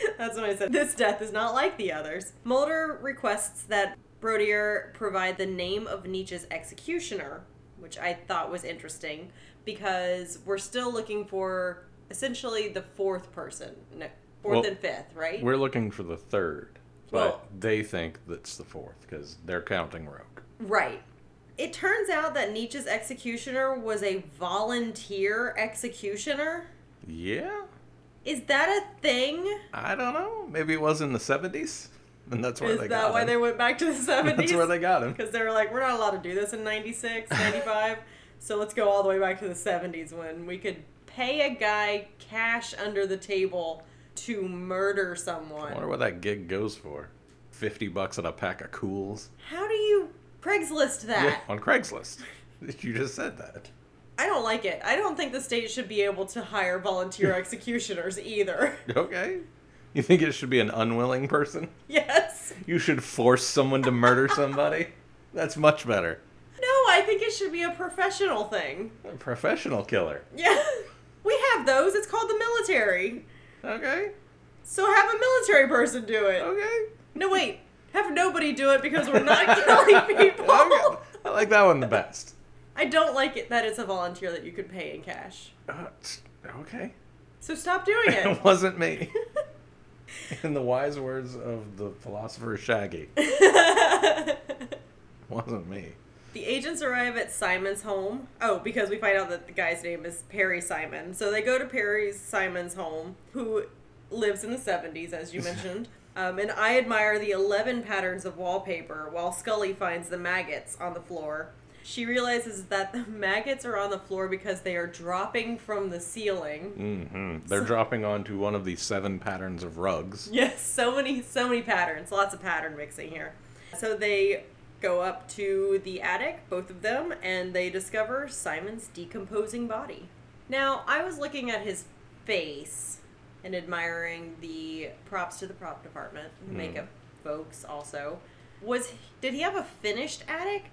B: That's what I said. This death is not like the others. Mulder requests that Brodier provide the name of Nietzsche's executioner, which I thought was interesting because we're still looking for essentially the fourth person, no, fourth
A: Well,
B: and fifth, right?
A: We're looking for the third, but
B: Well-
A: they think that's the fourth because they're counting Roke.
B: Right. It turns out that Nietzsche's executioner was a volunteer executioner.
A: Yeah,
B: Is that a thing?
A: I don't know. Maybe it was in the seventies, and that's where
B: Is
A: they
B: that
A: got
B: why
A: him.
B: they went back to the 70s?
A: that's where they got him.
B: because they were like, we're not allowed to do this in 96, 95. so let's go all the way back to the 70s when we could pay a guy cash under the table to murder
A: I
B: someone.
A: wonder what that gig goes for. Fifty bucks and a pack of cools
B: How do you Craigslist that?
A: Yeah, on Craigslist. You just said that.
B: I don't like it. I don't think the state should be able to hire volunteer executioners either.
A: Okay. You think it should be an unwilling person?
B: yes.
A: You should force someone to murder somebody. That's much better.
B: No, I think it should be a professional thing.
A: A professional killer.
B: Yeah. We have those. It's called the military.
A: Okay.
B: So have a military person do it.
A: Okay.
B: No, wait. Have nobody do it because we're not killing people.
A: Okay. I like that one the best.
B: I don't like it that it's a volunteer that you could pay in cash.
A: Uh, it's- okay.
B: So stop doing it.
A: It wasn't me. In the wise words of the philosopher Shaggy, wasn't me.
B: the agents arrive at Simon's home. Oh, because we find out that the guy's name is Perry Simon. So they go to Perry Simon's home, who lives in the 70s, as you mentioned. Um, and I admire the 11 patterns of wallpaper while Scully finds the maggots on the floor. She realizes that the maggots are on the floor because they are dropping from the ceiling.
A: hmm They're dropping onto one of the seven patterns of rugs.
B: Yes, so many, so many patterns. Lots of pattern mixing here. So they go up to the attic, both of them, and they discover Simon's decomposing body. Now, I was looking at his face and admiring the props to the prop department,
A: Hmm.
B: the makeup folks also. Was did he have a finished attic?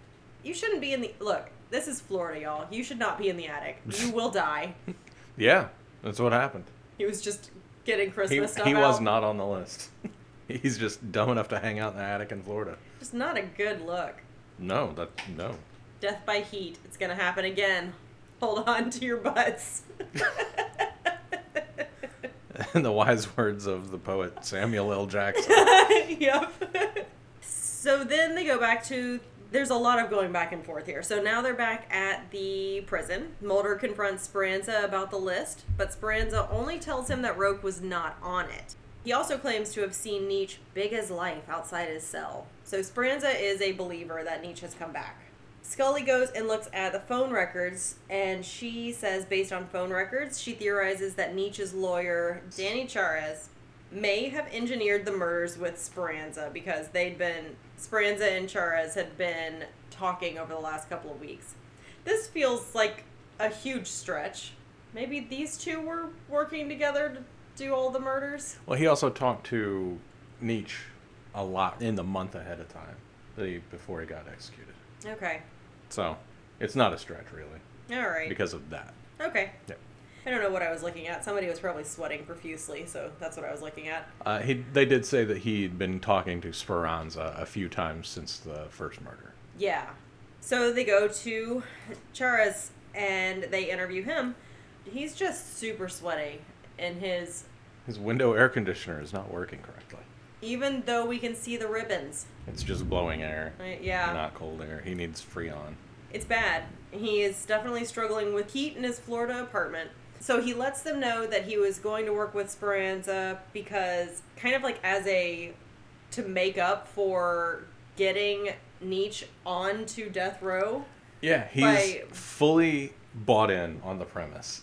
B: You shouldn't be in the look. This is Florida, y'all. You should not be in the attic. You will die.
A: Yeah, that's what happened.
B: He was just getting
A: He,
B: Christmas stuff
A: he
B: out.
A: was not on the list. He's just dumb enough to hang out in the attic in Florida.
B: Just not a good look.
A: No, that no.
B: Death by heat. It's gonna happen again. Hold on to your butts.
A: In the wise words of the poet Samuel L. Jackson.
B: yep. so then they go back to. There's a lot of going back and forth here. So now they're back at the prison. Mulder confronts Speranza about the list, but Speranza only tells him that Roke was not on it. He also claims to have seen Nietzsche big as life outside his cell. So Speranza is a believer that Nietzsche has come back. Scully goes and looks at the phone records, and she says, based on phone records, she theorizes that Nietzsche's lawyer, Danny Chares, may have engineered the murders with Speranza because they'd been, Speranza and Chares had been talking over the last couple of weeks. This feels like a huge stretch. Maybe these two were working together to do all the murders?
A: well, he also talked to Nietzsche a lot in the month ahead of time, the before he got executed.
B: Okay.
A: So it's not a stretch really
B: All right.
A: because of that.
B: okay.
A: Yeah.
B: I don't know what I was looking at. Somebody was probably sweating profusely, so that's what I was looking at.
A: Uh, he, they did say that he'd been talking to Speranza a few times since the first murder.
B: Yeah. So they go to Chara's and they interview him. He's just super sweaty, and his
A: His window air conditioner is not working correctly.
B: even though we can see the ribbons,
A: It's just blowing air,
B: right? yeah,
A: not cold air. He needs Freon.
B: it's bad. He is definitely struggling with heat in his Florida apartment. So he lets them know that he was going to work with Speranza because, kind of like as a to make up for getting Nietzsche onto death row.
A: Yeah, he's
B: By-
A: fully bought in on the premise.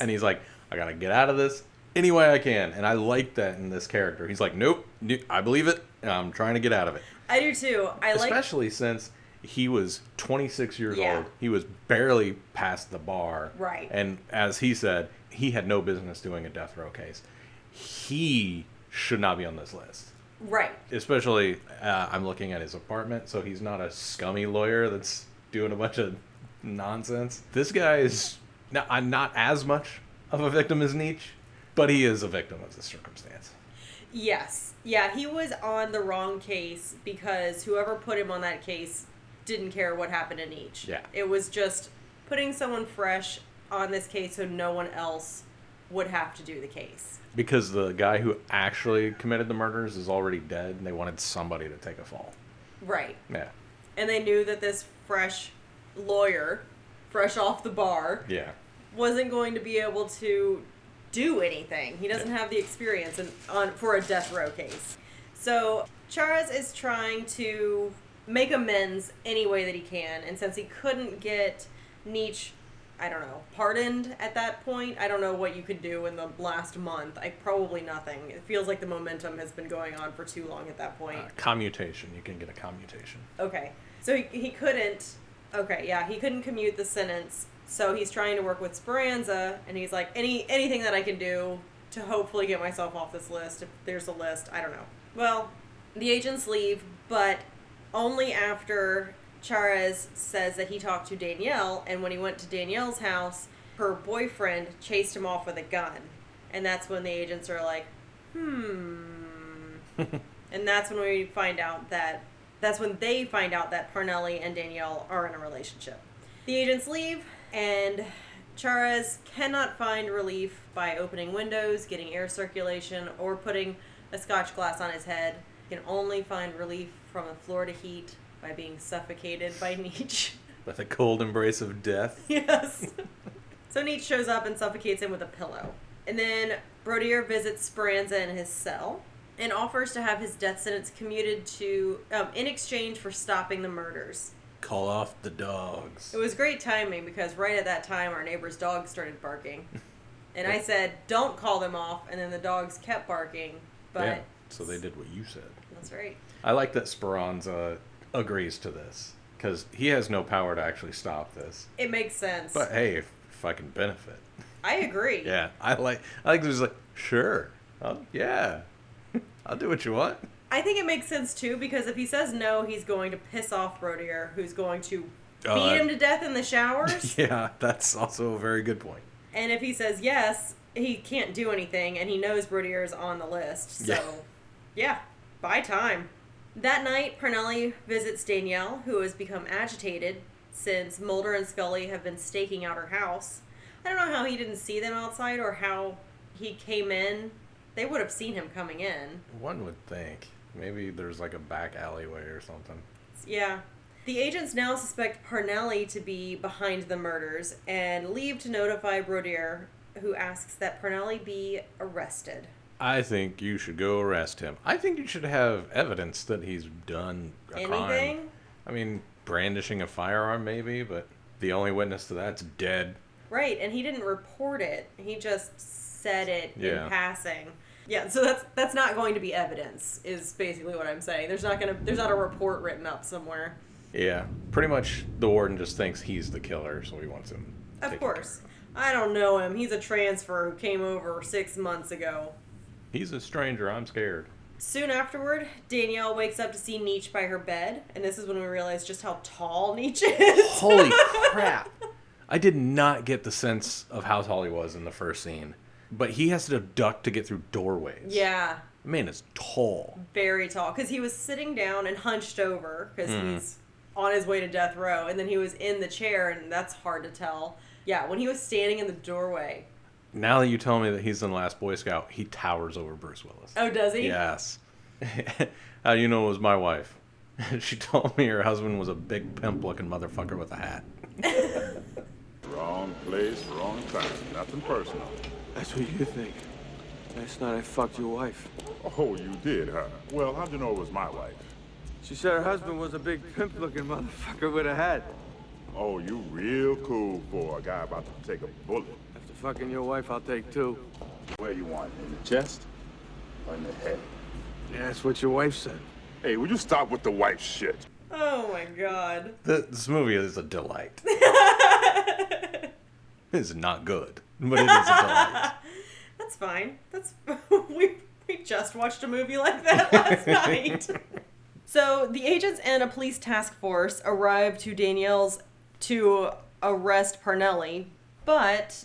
A: and he's like, I gotta get out of this any way I can. And I like that in this character. He's like, Nope, n- I believe it. And I'm trying to get out of it.
B: I do too. I like
A: Especially since he was 26 years
B: Yeah.
A: old. He was barely past the bar.
B: Right.
A: And as he said, he had no business doing a death row case. He should not be on this list.
B: right.
A: Especially, uh, I'm looking at his apartment, so he's not a scummy lawyer that's doing a bunch of nonsense. This guy is not, I'm not as much of a victim as Nietzsche, but he is a victim of the circumstance.
B: Yes. Yeah, he was on the wrong case because whoever put him on that case didn't care what happened in each.
A: Yeah.
B: It was just putting someone fresh on this case so no one else would have to do the case.
A: because the guy who actually committed the murders is already dead and they wanted somebody to take a fall
B: Right.
A: yeah
B: And they knew that this fresh lawyer, fresh off the bar,
A: yeah
B: wasn't going to be able to do anything. He doesn't
A: Yeah.
B: have the experience in, on for a death row case. So Charas is trying to make amends any way that he can, and since he couldn't get Nietzsche, I don't know, pardoned at that point, I don't know what you could do in the last month. I probably nothing. It feels like the momentum has been going on for too long at that point.
A: uh, commutation you can get a commutation
B: Okay. So he, he couldn't. Okay, yeah, he couldn't commute the sentence. So he's trying to work with Speranza, and he's like, any anything that I can do to hopefully get myself off this list. If there's a list, I don't know. Well, the agents leave, but only after Chares says that he talked to Danielle, and when he went to Danielle's house, her boyfriend chased him off with a gun, and that's when the agents are like, hmm. And that's when we find out that that's when they find out that Parnelli and Danielle are in a relationship. The agents leave, and Charas cannot find relief by opening windows, getting air circulation, or putting a scotch glass on his head. He can only find relief from the Florida heat by being suffocated by Nietzsche.
A: with a cold embrace of death
B: yes. so Nietzsche shows up and suffocates him with a pillow. And then Brodier visits Speranza in his cell and offers to have his death sentence commuted to um, in exchange for stopping the murders.
A: call off the dogs
B: It was great timing because right at that time our neighbor's dog started barking. And I said, "Don't call them off." And then the dogs kept barking, but
A: yeah so they did what you said
B: That's right.
A: i like that speranza agrees to this because he has no power to actually stop this
B: It makes sense.
A: but hey if, if i can benefit
B: I agree.
A: yeah i like i like that he's like sure I'll, yeah i'll do what you want
B: I think it makes sense too because if he says no, he's going to piss off Brodier, who's going to
A: Uh,
B: beat him to death in the showers.
A: yeah that's also a very good point
B: And if he says yes, he can't do anything, and he knows Brodier is on the list. So,
A: Yeah.
B: yeah, buy time. That night, Parnelli visits Danielle, who has become agitated since Mulder and Scully have been staking out her house. I don't know how he didn't see them outside or how he came in. They would have seen him coming in.
A: One would think maybe there's like a back alleyway or something.
B: Yeah. The agents now suspect Parnelli to be behind the murders and leave to notify Brodier, who asks that Parnelli be arrested.
A: I think you should go arrest him. I think you should have evidence that he's done a crime.
B: Anything?
A: I mean, brandishing a firearm maybe, but the only witness to that's dead.
B: Right, and he didn't report it. He just said it
A: Yeah.
B: in passing. Yeah, so that's that's not going to be evidence is basically what I'm saying. There's not going to there's not a report written up somewhere.
A: Yeah, pretty much the warden just thinks he's the killer, so he wants him. taken
B: Of
A: care
B: course. I don't know him. He's a transfer who came over 6 months ago.
A: He's a stranger. I'm scared.
B: Soon afterward, Danielle wakes up to see Nietzsche by her bed, and this is when we realize just how tall Nietzsche is.
A: Holy crap! I did not get the sense of how tall he was in the first scene, but he has to duck to get through doorways.
B: Yeah,
A: The man is tall.
B: very tall because he was sitting down and hunched over because he's on his way to death row, and then he was in the chair, and that's hard to tell. Yeah, when he was standing in the doorway.
A: Now that you tell me that he's in the Last Boy Scout, he towers over Bruce Willis.
B: Oh, does he?
A: Yes. How do you know it was my wife? she told me her husband was a big pimp looking motherfucker with a hat.
C: Wrong place, wrong time. Nothing personal.
D: That's what you think. Last night I fucked your wife.
C: Oh, you did, huh? Well, how'd you know it was my wife?
D: She said her husband was a big pimp looking motherfucker with a hat.
C: Oh, you real cool for a guy about to take a bullet.
D: After fucking your wife, I'll take two.
C: Where you want it? In the chest or in the head?
D: Yeah, that's what your wife said.
C: Hey, will you stop with the wife shit?
B: Oh my god.
A: Th- This movie is a delight. it's not good, but it is a delight.
B: That's fine. That's we we just watched a movie like that last night. So the agents and a police task force arrive to Danielle's to arrest Parnelli, but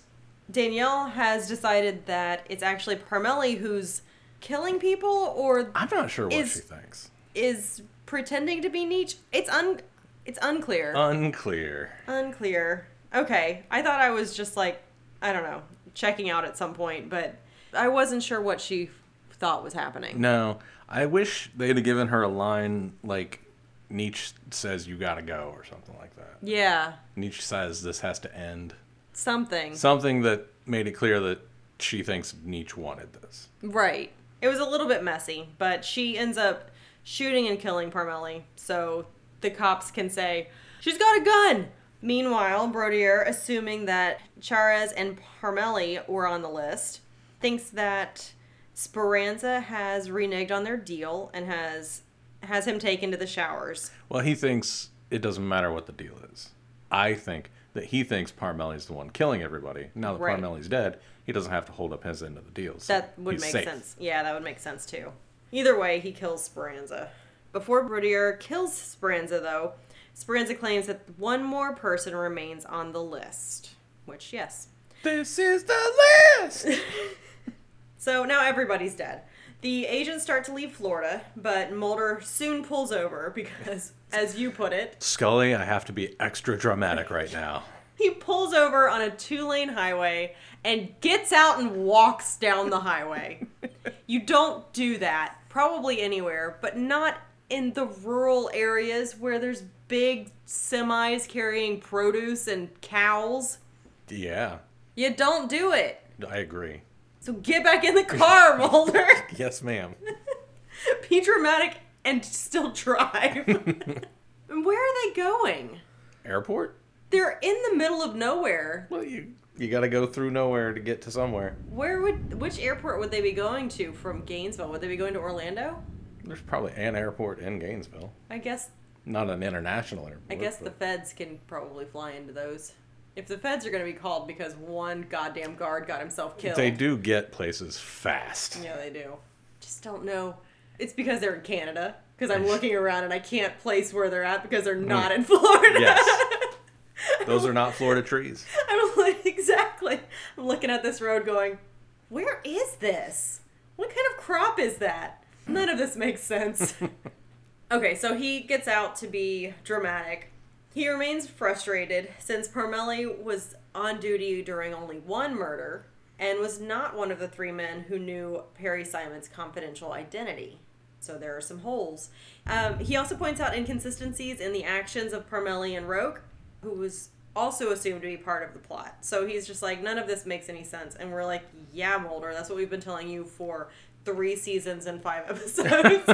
B: Danielle has decided that it's actually Parnelli who's killing people or
A: I'm not sure what
B: Is-
A: she thinks.
B: is pretending to be Nietzsche. It's un it's unclear.
A: Unclear.
B: Unclear. Okay. I thought I was just like, I don't know, checking out at some point, but I wasn't sure what she thought was happening.
A: No, I wish they'd have given her a line like Nietzsche says, "You gotta go" or something like that.
B: Yeah.
A: Nietzsche says this has to end.
B: Something.
A: Something that made it clear that she thinks Nietzsche wanted this.
B: right. It was a little bit messy, but she ends up shooting and killing Parmelli, so the cops can say, She's got a gun! Meanwhile, Brodier, assuming that Chares and Parmelli were on the list, thinks that Speranza has reneged on their deal and has has him taken to the showers.
A: Well, he thinks it doesn't matter what the deal is. I think that he thinks Parmelli's the one killing everybody. Now that
B: Right.
A: Parmelli's dead, he doesn't have to hold up his end of the deal. So
B: That would
A: he's
B: make
A: safe.
B: sense. Yeah, that would make sense too. Either way, he kills Speranza. Before Brodier kills Speranza, though, Speranza claims that one more person remains on the list. Which, yes.
A: This is the list.
B: So now everybody's dead. The agents start to leave Florida, but Mulder soon pulls over because, as you put it,
A: Scully, I have to be extra dramatic right now.
B: He pulls over on a two lane highway and gets out and walks down the highway. you don't do that, probably anywhere, but not in the rural areas where there's big semis carrying produce and cows.
A: Yeah,
B: You don't do it.
A: I agree.
B: So get back in the car, Mulder.
A: Yes, ma'am.
B: Be dramatic and still drive. And where are they going?
A: Airport?
B: They're in the middle of nowhere.
A: Well, you you got to go through nowhere to get to somewhere.
B: Where would which airport would they be going to from Gainesville? Would they be going to Orlando?
A: There's probably an airport in Gainesville,
B: I guess
A: not an international airport.
B: I guess the
A: but-
B: feds can probably fly into those. If the feds are going to be called because one goddamn guard got himself killed.
A: they do get places fast.
B: Yeah, they do. Just don't know. It's because they're in Canada because I'm looking around and I can't place where they're at because they're not in Florida.
A: Yes. Those are not Florida trees.
B: I'm like, exactly. I'm looking at this road going, where is this? What kind of crop is that? None of this makes sense. okay, so he gets out to be dramatic. He remains frustrated since Parmelli was on duty during only one murder and was not one of the three men who knew Perry Simon's confidential identity. So there are some holes. Um, he also points out inconsistencies in the actions of Parmelli and Roque, who was also assumed to be part of the plot. So he's just like, none of this makes any sense. And we're like, yeah, Mulder, that's what we've been telling you for three seasons and five episodes.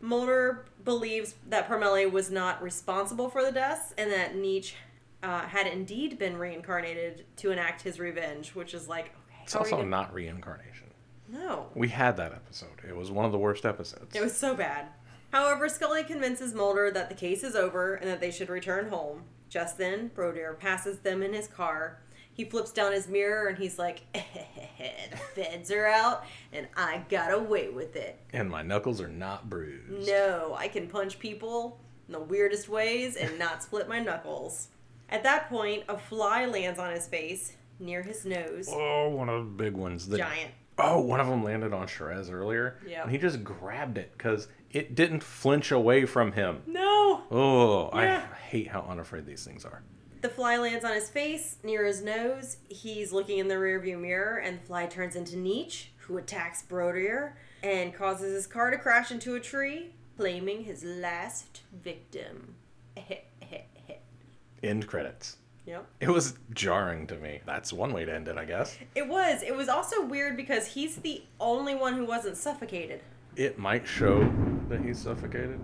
B: Mulder believes that Parmelli was not responsible for the deaths and that Nietzsche uh, had indeed been reincarnated to enact his revenge, which is like, okay,
A: It's
B: how are you
A: also
B: gonna-
A: not reincarnation.
B: No.
A: We had that episode. It was one of the worst episodes.
B: It was so bad. However, Scully convinces Mulder that the case is over and that they should return home. Just then, Brodier passes them in his car. He flips down his mirror and he's like, the feds are out and I got away with it.
A: and my knuckles are not bruised.
B: No, I can punch people in the weirdest ways and not split my knuckles. At that point, a fly lands on his face near his nose.
A: Oh, one of the big ones. The,
B: Giant.
A: Oh, one of them landed on Sherez earlier.
B: Yep.
A: And he just grabbed it because it didn't flinch away from him.
B: No!
A: Oh,
B: Yeah.
A: I hate how unafraid these things are.
B: The fly lands on his face near his nose. He's looking in the rearview mirror, and the fly turns into Nietzsche, who attacks Brodier and causes his car to crash into a tree, claiming his last victim.
A: End credits.
B: yep.
A: It was jarring to me. That's one way to end it, I guess.
B: It was. It was also weird because he's the only one who wasn't suffocated.
A: It might show that he's suffocated.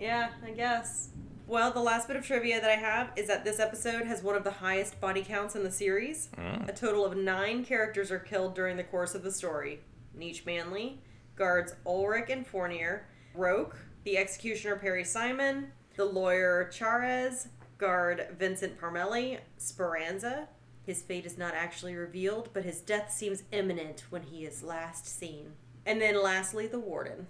B: Yeah, I guess. Well, the last bit of trivia that I have is that this episode has one of the highest body counts in the series. A total of nine characters are killed during the course of the story. Nietzsche Manley, guards Ulrich and Fournier, Roke, the executioner Perry Simon, the lawyer Charez, guard Vincent Parmelli, Speranza. His fate is not actually revealed, but his death seems imminent when he is last seen. And then lastly, the warden.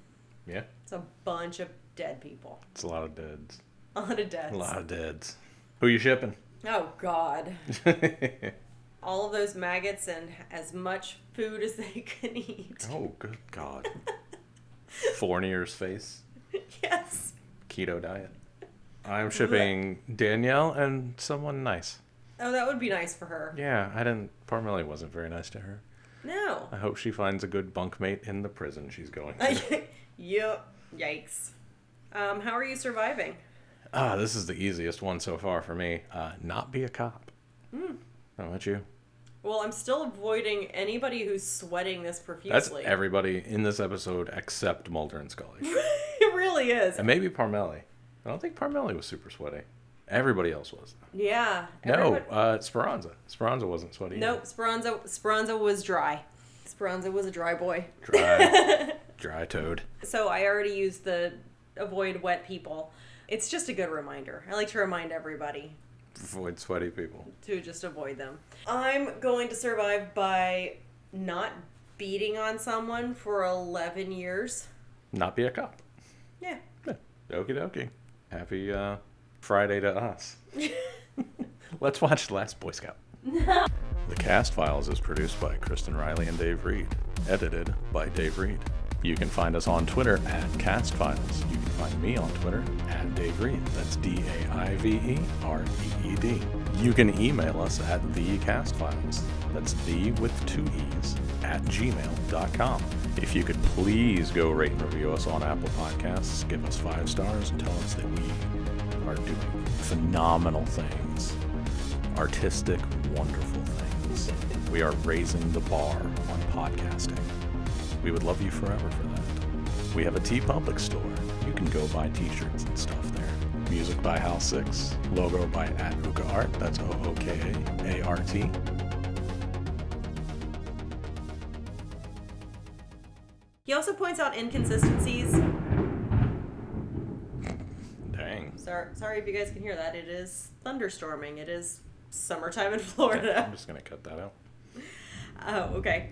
A: Yeah.
B: It's a bunch of dead people.
A: It's a lot of deads.
B: A lot of deaths.
A: A lot of deads. Who you shipping?
B: Oh God. All of those maggots and as much food as they can eat.
A: oh, good God. Fournier's face.
B: Yes.
A: Keto diet. I'm shipping Danielle and someone nice.
B: Oh, that would be nice for her.
A: Yeah, I didn't. Parmelli wasn't very nice to her.
B: No.
A: I hope she finds a good bunkmate in the prison she's going. to.
B: yep. Yikes. Um, how are you surviving?
A: ah, this is the easiest one so far for me. Uh, not be a cop. How about you?
B: Well, I'm still avoiding anybody who's sweating this
A: That's
B: profusely.
A: everybody in this episode except Mulder and Scully,
B: it really is.
A: and maybe Parmelli. I don't think Parmelli was super sweaty. Everybody else was.
B: Yeah.
A: No,
B: Everybody-
A: uh, Speranza. Speranza wasn't sweaty. either.
B: Nope. Speranza. Speranza was dry. Speranza was a dry boy.
A: Dry, dry toad.
B: So I already used the avoid wet people. It's just a good reminder. I like to remind everybody
A: Avoid sweaty people.
B: to just avoid them. I'm going to survive by not beating on someone for 11 years.
A: Not be a cop.
B: Yeah.
A: Yeah. Okie dokie. Happy uh, Friday to us. Let's watch Last Boy Scout. the Cast Files is produced by Kristen Riley and Dave Reed, edited by Dave Reed. You can find us on Twitter at Cast Files. You can find me on Twitter at Dave Reed. That's D A I V E R E E D. You can email us at thecastfiles. That's the with two e's at gmail.com. If you could please go rate and review us on Apple Podcasts, give us five stars, and tell us that we are doing phenomenal things artistic, wonderful things. We are raising the bar on podcasting. We would love you forever for that. We have a T Public store. You can go buy t shirts and stuff there. Music by Hal Six, logo by at Uka Art, that's O O K A A R T.
B: He also points out inconsistencies.
A: Dang.
B: Sorry, sorry if you guys can hear that. It is thunderstorming. It is summertime in Florida.
A: I'm just going to cut that out.
B: Oh, okay.